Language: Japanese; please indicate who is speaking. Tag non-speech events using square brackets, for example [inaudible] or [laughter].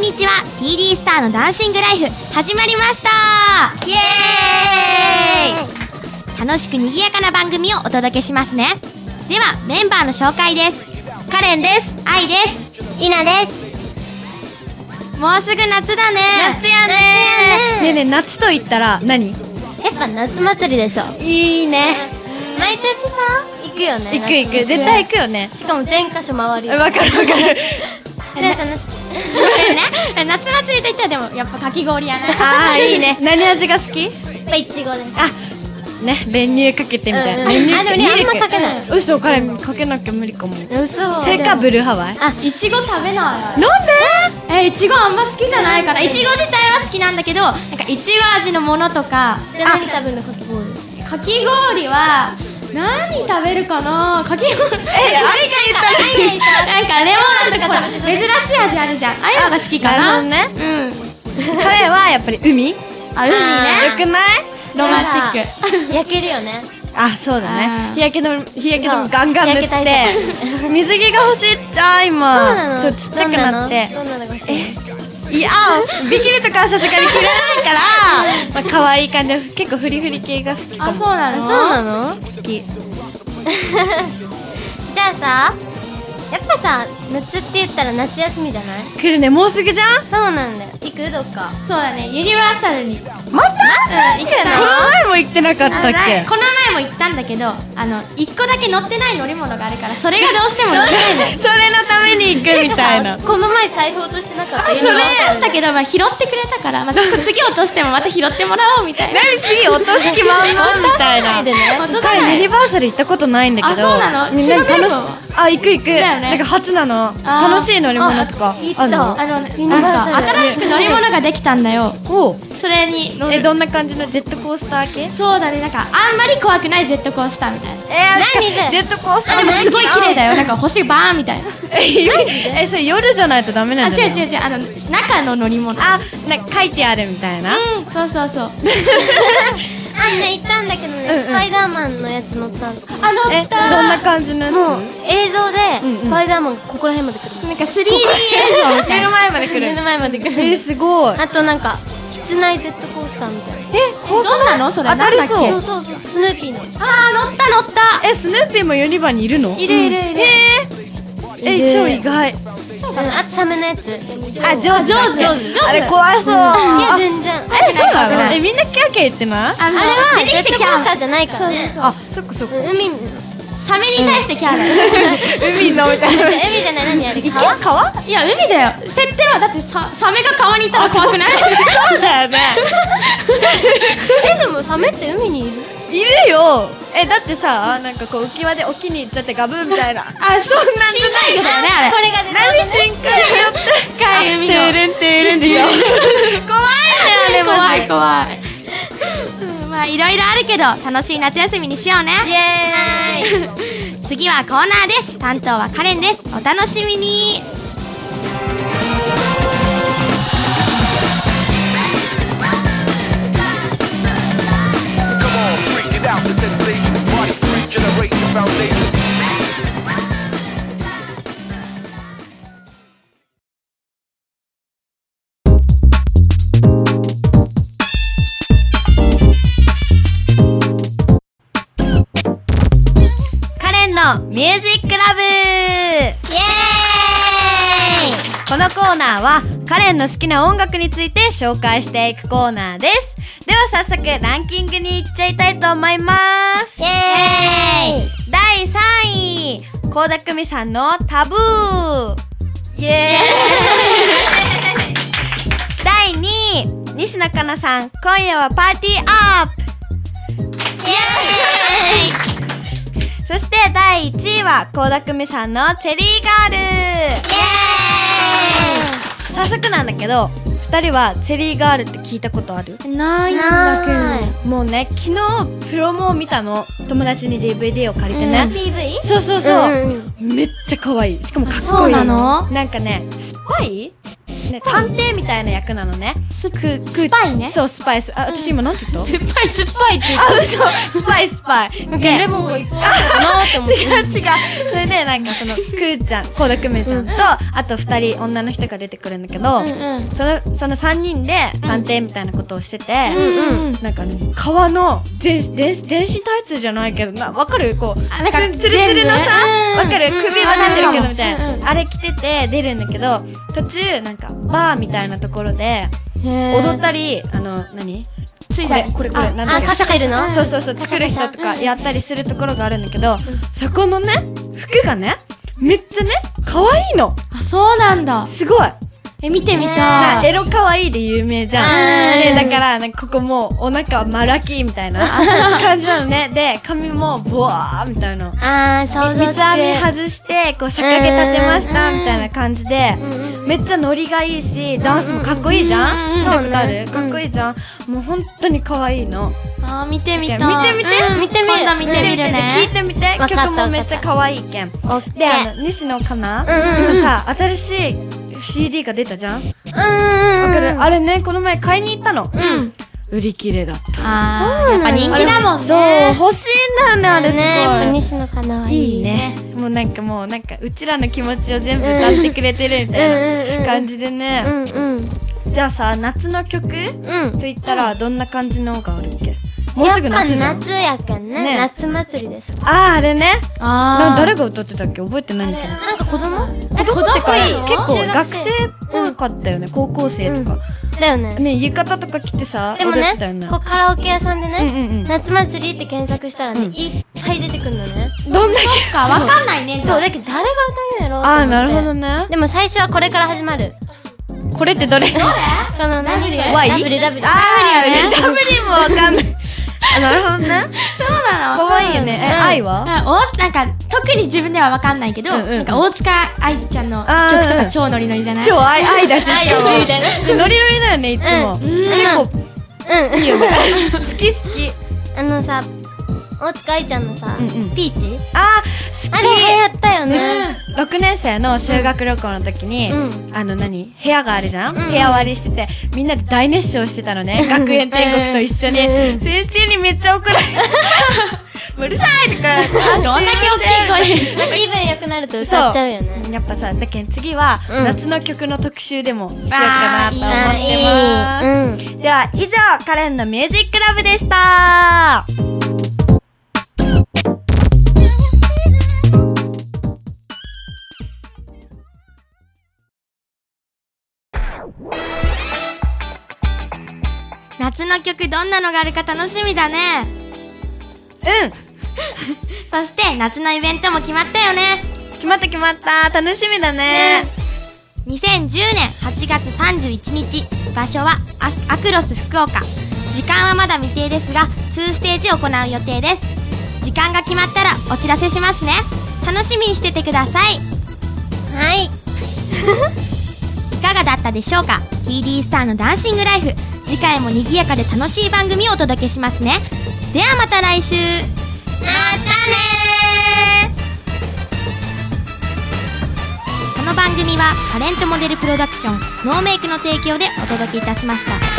Speaker 1: TD スターのダンシングライフ始まりました
Speaker 2: イエーイ
Speaker 1: 楽しく賑やかな番組をお届けしますねではメンバーの紹介です
Speaker 2: カレンです
Speaker 1: 愛です
Speaker 2: りなです
Speaker 1: もうすぐ夏だね
Speaker 2: やね
Speaker 3: ねえねえ夏と言ったら何
Speaker 2: やっぱ夏祭りでしょ
Speaker 3: いいね
Speaker 2: 毎年さ行くよね
Speaker 3: 行く行
Speaker 2: 夏
Speaker 3: く
Speaker 2: 祭り
Speaker 3: 絶対行くよね
Speaker 2: しかも全箇所回るよ
Speaker 3: わかるわかる
Speaker 2: でその
Speaker 1: [laughs] ね夏祭りといったらでもやっぱかき氷やな
Speaker 3: ああいいね [laughs] 何味が好き
Speaker 2: やっぱいちごです
Speaker 3: あね練乳かけてみたい
Speaker 2: う
Speaker 3: な、
Speaker 2: んうん
Speaker 3: 練乳
Speaker 2: あでもね
Speaker 3: ミルク
Speaker 2: あんまかけない
Speaker 3: 嘘彼かけなきゃ無理かも
Speaker 2: 嘘
Speaker 3: それかブルーハワイ
Speaker 2: あ
Speaker 1: [laughs] いちご食べない
Speaker 3: なんで
Speaker 1: えいちごあんま好きじゃないからいちご自体は好きなんだけどなんかいちご味のものとか
Speaker 2: じゃあ何食べるのかき氷
Speaker 1: かき氷は何食べるかなかき氷
Speaker 3: えあれが
Speaker 2: あいやいや
Speaker 1: なんかレモンとかほら
Speaker 2: 食べ
Speaker 1: 珍
Speaker 2: てそう
Speaker 1: しい味あるじゃんああいうのが好きかな
Speaker 3: なるほど
Speaker 1: うん
Speaker 3: ね彼はやっぱり海よ
Speaker 1: あ海ね
Speaker 3: くない
Speaker 1: ロマンチック
Speaker 2: ク焼けるよね
Speaker 3: あそうだ
Speaker 1: あー
Speaker 3: ね日焼け止め日焼け止
Speaker 2: そう
Speaker 3: めガンガン塗っ
Speaker 2: 日焼け対
Speaker 3: て水着が欲しいじゃん
Speaker 2: そうな
Speaker 3: 今
Speaker 2: の
Speaker 3: そうちっちゃくなって
Speaker 2: どんなのどんなのが欲しい
Speaker 3: いやビキニとかはさすがに着れない [laughs] からまあ可愛い感じの結構フリフリ系が好きか
Speaker 1: あ
Speaker 3: も
Speaker 1: そうな
Speaker 2: あ
Speaker 1: の
Speaker 2: そうなの
Speaker 3: 好き
Speaker 2: じゃあさやっぱさ夏って言ったら夏休みじゃない
Speaker 3: 来るねもうすぐじゃん
Speaker 2: そうなんだよ行くどっか
Speaker 1: そうだねユニバーサルにうん行っ
Speaker 3: また
Speaker 1: て
Speaker 3: こ
Speaker 1: ない
Speaker 3: の前も行ってなかったっけ
Speaker 1: この前も行ったんだけどあの一個だけ乗ってない乗り物があるからそれがどうしても乗れないの
Speaker 3: それのために行くみたいな
Speaker 2: てかさこの前財布落としてなかった
Speaker 1: それ落としたけど、まあ、拾ってくれたから、まあ、次落としてもまた拾ってもらおうみたいな
Speaker 3: 何次落とす気満々みたいな
Speaker 2: でね
Speaker 1: 落とさな
Speaker 3: 彼ユ
Speaker 1: い
Speaker 3: ニバーサル行ったことないんだけど
Speaker 1: あそうなの
Speaker 3: みんな
Speaker 1: 修学旅行は
Speaker 3: 楽しあ行く行く、
Speaker 1: だよね
Speaker 3: なんか初なの
Speaker 1: あー
Speaker 3: 楽しい乗り物とか
Speaker 2: 行っ
Speaker 3: あるの
Speaker 2: た
Speaker 1: あの
Speaker 2: ユニバーサル
Speaker 1: なんか新しく乗り物ができたんだよ
Speaker 3: おう
Speaker 1: それに乗
Speaker 3: え
Speaker 1: る
Speaker 3: どんな感じのジェットコースター系
Speaker 1: そうだねなんかあんまり怖くないジェットコースターみたいな
Speaker 3: えー
Speaker 2: 何それ
Speaker 3: ジェットコースター
Speaker 1: でもすごい綺麗だ
Speaker 3: よ
Speaker 1: よなんか星バーンみたいな
Speaker 3: えそれ夜じゃないとダメ
Speaker 1: あ
Speaker 3: なんじゃ
Speaker 1: 違う
Speaker 3: ない
Speaker 1: 違う違うあの中の乗り物
Speaker 3: あなんか書いてあるみたいな
Speaker 1: うんそうそうそう
Speaker 2: あんね行ったんだけどね、
Speaker 3: うんうん
Speaker 2: スパイダーマンのやつ乗ったんです
Speaker 1: あ乗
Speaker 3: え
Speaker 1: っ
Speaker 3: ど
Speaker 1: た
Speaker 3: んな感じのやつ
Speaker 2: もう映像
Speaker 3: うんう
Speaker 2: で
Speaker 3: ん
Speaker 2: スパイダーマンここら辺まで来る、
Speaker 1: なんか 3D 映像みたい
Speaker 3: 目の
Speaker 1: な
Speaker 3: 前まで来る
Speaker 2: 目の
Speaker 3: え
Speaker 2: 前まで来る、
Speaker 3: ーすごいえ
Speaker 2: あとなんか室内ジェットコースターみたいな
Speaker 3: こう
Speaker 1: どんなのそれ
Speaker 3: 当たりそう
Speaker 1: なんだ
Speaker 2: そ
Speaker 1: っ
Speaker 2: うそうそうスヌーピーの
Speaker 1: けあー乗った乗った
Speaker 3: えスヌーピーもユニバにいるの
Speaker 1: いるいるいる
Speaker 3: えー
Speaker 2: いる
Speaker 3: え超意外
Speaker 2: うんあとサメのやつ
Speaker 3: あ上
Speaker 1: 上
Speaker 3: 手
Speaker 1: 手
Speaker 2: 上手
Speaker 1: 上手
Speaker 3: あれ怖そう
Speaker 2: いや
Speaker 3: あ
Speaker 2: 全然
Speaker 3: えそう
Speaker 1: 危
Speaker 3: な
Speaker 1: な
Speaker 3: の
Speaker 1: い
Speaker 3: えみんなキャーキャー言ってない
Speaker 1: あ
Speaker 2: あ
Speaker 1: の
Speaker 2: れは
Speaker 1: 出
Speaker 2: ジ
Speaker 1: て
Speaker 2: ェッ
Speaker 1: きて
Speaker 2: トコ
Speaker 1: キャ
Speaker 2: ースタ
Speaker 1: ー
Speaker 2: ーじゃないからね
Speaker 3: あそっかそっか
Speaker 2: うん海
Speaker 1: サメに対してキャーだよ
Speaker 3: 海のみたいな
Speaker 2: [laughs] 海じゃない何あれ
Speaker 3: 池
Speaker 2: 川
Speaker 3: 川 [laughs]
Speaker 1: いや海だよ設定はだってササメが川にいたら怖くない
Speaker 3: そうだよね
Speaker 2: えでもサメって海にいる
Speaker 3: いるよえだってさなんかこう浮き輪で沖に行っちゃってガブンみたいな
Speaker 1: あそんな深海魚だよねあれ
Speaker 2: これが出た
Speaker 3: 何深海魚って
Speaker 1: 深い海の
Speaker 3: てるんてるんでしょ怖いねあれマ
Speaker 1: 怖
Speaker 3: ジ
Speaker 1: い怖い、うん、まあいろいろあるけど楽しい夏休みにしようね
Speaker 3: イエーイ
Speaker 1: 次はコーナーです担当はカレンですお楽しみに
Speaker 3: カレンのミュージックラブ
Speaker 2: イエーイ
Speaker 3: このコーナーはカレンの好きな音楽について紹介していくコーナーですでは早速ランキングに行っちゃいたいと思います
Speaker 2: イエーイ
Speaker 3: 第3位倖田來未さんの「タブー」イエ [laughs] ーイ第2位西野カナさん「今夜はパーティーアップ」
Speaker 2: イエーイ
Speaker 3: そして第1位は倖田來未さんのチェリーガール
Speaker 2: イエ
Speaker 3: 早速なんだけど2人はチェリーガールって聞いたことある
Speaker 1: ない
Speaker 2: ーイ
Speaker 1: んだけど
Speaker 3: もうね昨日プロモを見たの友達に DVD を借りてね、
Speaker 2: PV?
Speaker 3: そうそうそう、
Speaker 2: うんうん
Speaker 3: めっちゃ可愛いしかもかっ
Speaker 1: そ
Speaker 3: こ
Speaker 1: う
Speaker 3: いい
Speaker 1: なの
Speaker 3: なんかね酸っぱい
Speaker 2: ス
Speaker 3: 私ね探偵みたいな役なのね
Speaker 1: 酸っ
Speaker 3: くく
Speaker 2: スパイね
Speaker 3: そうスパイスあ私今なんて言った、
Speaker 1: ぱい
Speaker 2: 酸っぱいって言
Speaker 3: あ嘘スパイス
Speaker 2: [laughs]
Speaker 3: パイ
Speaker 2: うなんかレモンがいっぱいあるかなって
Speaker 3: 違う違うそれでなんかそのくーちゃん倖田來未ちゃんと、あと2人女の人が出てくるんだけど、
Speaker 1: うんうん
Speaker 3: そのその3人で探偵みたいなことをしてて、
Speaker 1: うんうん
Speaker 3: なんかね革の全全全身タイツじゃないけどなわかるこう
Speaker 1: あなんか
Speaker 3: つつるつるのさ
Speaker 1: 全部ねうん
Speaker 3: わ、かる首は出てるけどみたいな、
Speaker 1: うんうん
Speaker 3: あれ着てて出るんだけど途中なんかバーみたいなところで
Speaker 2: 思う
Speaker 3: 踊ったり、あの何
Speaker 1: つい
Speaker 3: こ
Speaker 1: だ
Speaker 3: れ
Speaker 1: り
Speaker 3: これこれ
Speaker 1: あ
Speaker 3: なんだ
Speaker 2: あ
Speaker 3: っけ
Speaker 2: 貸してるの
Speaker 3: そうそうそう作る人とかやったりするところがあるんだけど、そこのね服がねめっちゃね可愛いの
Speaker 1: あそうなんだ
Speaker 3: すごい
Speaker 1: え見てみ
Speaker 3: な
Speaker 1: たい
Speaker 3: エロ可愛いで有名じゃ
Speaker 2: うんん
Speaker 3: でだからなんかここもうお腹はマラキーみたいな
Speaker 2: [laughs]
Speaker 3: 感じなのねで髪もボワーみたいな
Speaker 2: あー想像
Speaker 3: 三
Speaker 2: つ
Speaker 3: つ編み外してこう逆毛立てました
Speaker 1: うん
Speaker 3: みたいな感じで
Speaker 2: く
Speaker 3: めっちゃノリがいいしダンスもかっこいいじゃん
Speaker 2: うん
Speaker 3: 見たことあ
Speaker 2: そうね
Speaker 3: るかっこいいじゃんもう本当に可愛いの
Speaker 1: あ見てみたい
Speaker 3: 見てみて
Speaker 1: うん
Speaker 2: 見てみる
Speaker 1: 今度見てみる
Speaker 3: 聞い
Speaker 1: ね
Speaker 3: てみて
Speaker 2: かった
Speaker 3: 曲もめっちゃ可愛いけん
Speaker 2: オッケ
Speaker 3: であ
Speaker 2: ー
Speaker 3: の西野かな、
Speaker 2: うんうんうん
Speaker 3: 今さ新しい CD が出たじゃんわ
Speaker 2: うんうんうん
Speaker 3: かる、あれねこの前買いに行ったの、
Speaker 2: うん
Speaker 3: 売り切れだった
Speaker 1: あー
Speaker 2: そ
Speaker 1: や
Speaker 2: う
Speaker 1: っぱ
Speaker 2: なの
Speaker 1: 人気だもん
Speaker 3: そう
Speaker 1: ね
Speaker 3: 欲しいんだよねあれすごい、
Speaker 2: ねやっぱ西野かなはい
Speaker 3: い
Speaker 2: い
Speaker 3: いねもうなんかもうなんかうちらの気持ちを全部歌ってくれてるみたいな感じでね、
Speaker 2: うんうん
Speaker 3: じゃあさ夏の曲と
Speaker 2: うん
Speaker 3: 言ったらどんな感じのがあるっけもう
Speaker 2: やっ
Speaker 3: すぐ
Speaker 2: ぱ
Speaker 3: 夏じゃん
Speaker 2: 夏やけん
Speaker 3: ね
Speaker 2: ね夏祭りです
Speaker 3: あーあれねな
Speaker 1: あー
Speaker 3: 誰が歌ってたっけ覚えてないんだけど
Speaker 2: なんか子供
Speaker 1: え子供
Speaker 3: ってか
Speaker 1: いいの
Speaker 3: 結構
Speaker 2: 中
Speaker 3: 学
Speaker 2: 学
Speaker 3: 生
Speaker 2: 生
Speaker 3: っぽかったよね、高校生とか、
Speaker 2: だよね
Speaker 3: ね浴衣とか着てさ
Speaker 2: でも
Speaker 3: 踊ってたよ
Speaker 2: ね
Speaker 3: ね
Speaker 2: こうカラオケ屋さんでね
Speaker 3: うんうんうん
Speaker 2: 夏祭りって検索したらね
Speaker 3: うん
Speaker 2: いっぱい出てくるのね
Speaker 3: どんだけ
Speaker 1: そっかわかんない
Speaker 2: そ
Speaker 1: ね
Speaker 2: う
Speaker 1: じゃ
Speaker 2: だけど誰が歌うんやろうと
Speaker 3: [laughs] あ
Speaker 2: 思
Speaker 3: あ
Speaker 2: って
Speaker 3: なるほどね
Speaker 2: でも最初はこれから始まる
Speaker 3: これってどれ
Speaker 1: あ
Speaker 2: この
Speaker 1: 何これ
Speaker 3: Y？
Speaker 2: WW
Speaker 3: あー W もわかんないあなるほどね
Speaker 1: そうなの
Speaker 3: 可愛いよねえ
Speaker 2: うん
Speaker 3: 愛は
Speaker 1: あおなんか特に自分ではわかんないけど、
Speaker 3: うんうん
Speaker 1: なんか大塚愛ちゃんの
Speaker 3: あ
Speaker 1: 曲
Speaker 3: ー
Speaker 1: と
Speaker 3: うん
Speaker 1: か
Speaker 3: うん
Speaker 1: 超ノリノリじゃない
Speaker 3: 超愛愛だし
Speaker 2: 愛
Speaker 3: しかも
Speaker 2: ですみたいな
Speaker 3: ノリノリだよねいつも
Speaker 2: うん
Speaker 3: 結
Speaker 2: う
Speaker 3: 構
Speaker 2: ん
Speaker 3: いいよね好き好き
Speaker 2: あのさ大塚愛ちゃんのさ
Speaker 3: うんうん
Speaker 2: ピーチ
Speaker 3: あー
Speaker 2: あれ
Speaker 3: 好
Speaker 2: 流行ったよね
Speaker 1: う
Speaker 3: き6年生の修学旅行の時に
Speaker 2: う
Speaker 3: あの何部屋があるじゃん
Speaker 2: うん
Speaker 3: 部屋割りしててみんなで大熱唱してたのね学園天国と一緒に
Speaker 2: うんうん
Speaker 3: 先生にめっちゃ怒られた [laughs] うるさいとか
Speaker 1: んどんだけ大きい声で
Speaker 2: なんか気分良くなると歌っちゃうよね
Speaker 3: やっぱさだけん次は
Speaker 2: うん
Speaker 3: 夏の曲の特集でもしようかなと思って
Speaker 1: あ
Speaker 3: ます
Speaker 2: あーいいうん
Speaker 3: では以上カレンのミュージックラブでした
Speaker 1: [laughs] 夏の曲どんなのがあるか楽しみだね
Speaker 3: うん
Speaker 1: そして夏のイベントも決まったよね
Speaker 3: 決まった決まった楽しみだね
Speaker 1: 2010年8月31日場所はアスアクロス福岡時間はまだ未定ですが2ステージ行う予定です時間が決まったらお知らせしますね楽しみにしててください
Speaker 2: はい
Speaker 1: いかがだったでしょうか TD スターのダンシングライフ次回も賑やかで楽しい番組をお届けしますねではまた来週
Speaker 2: またねー
Speaker 1: この番組はタレントモデルプロダクションノーメイクの提供でお届けいたしました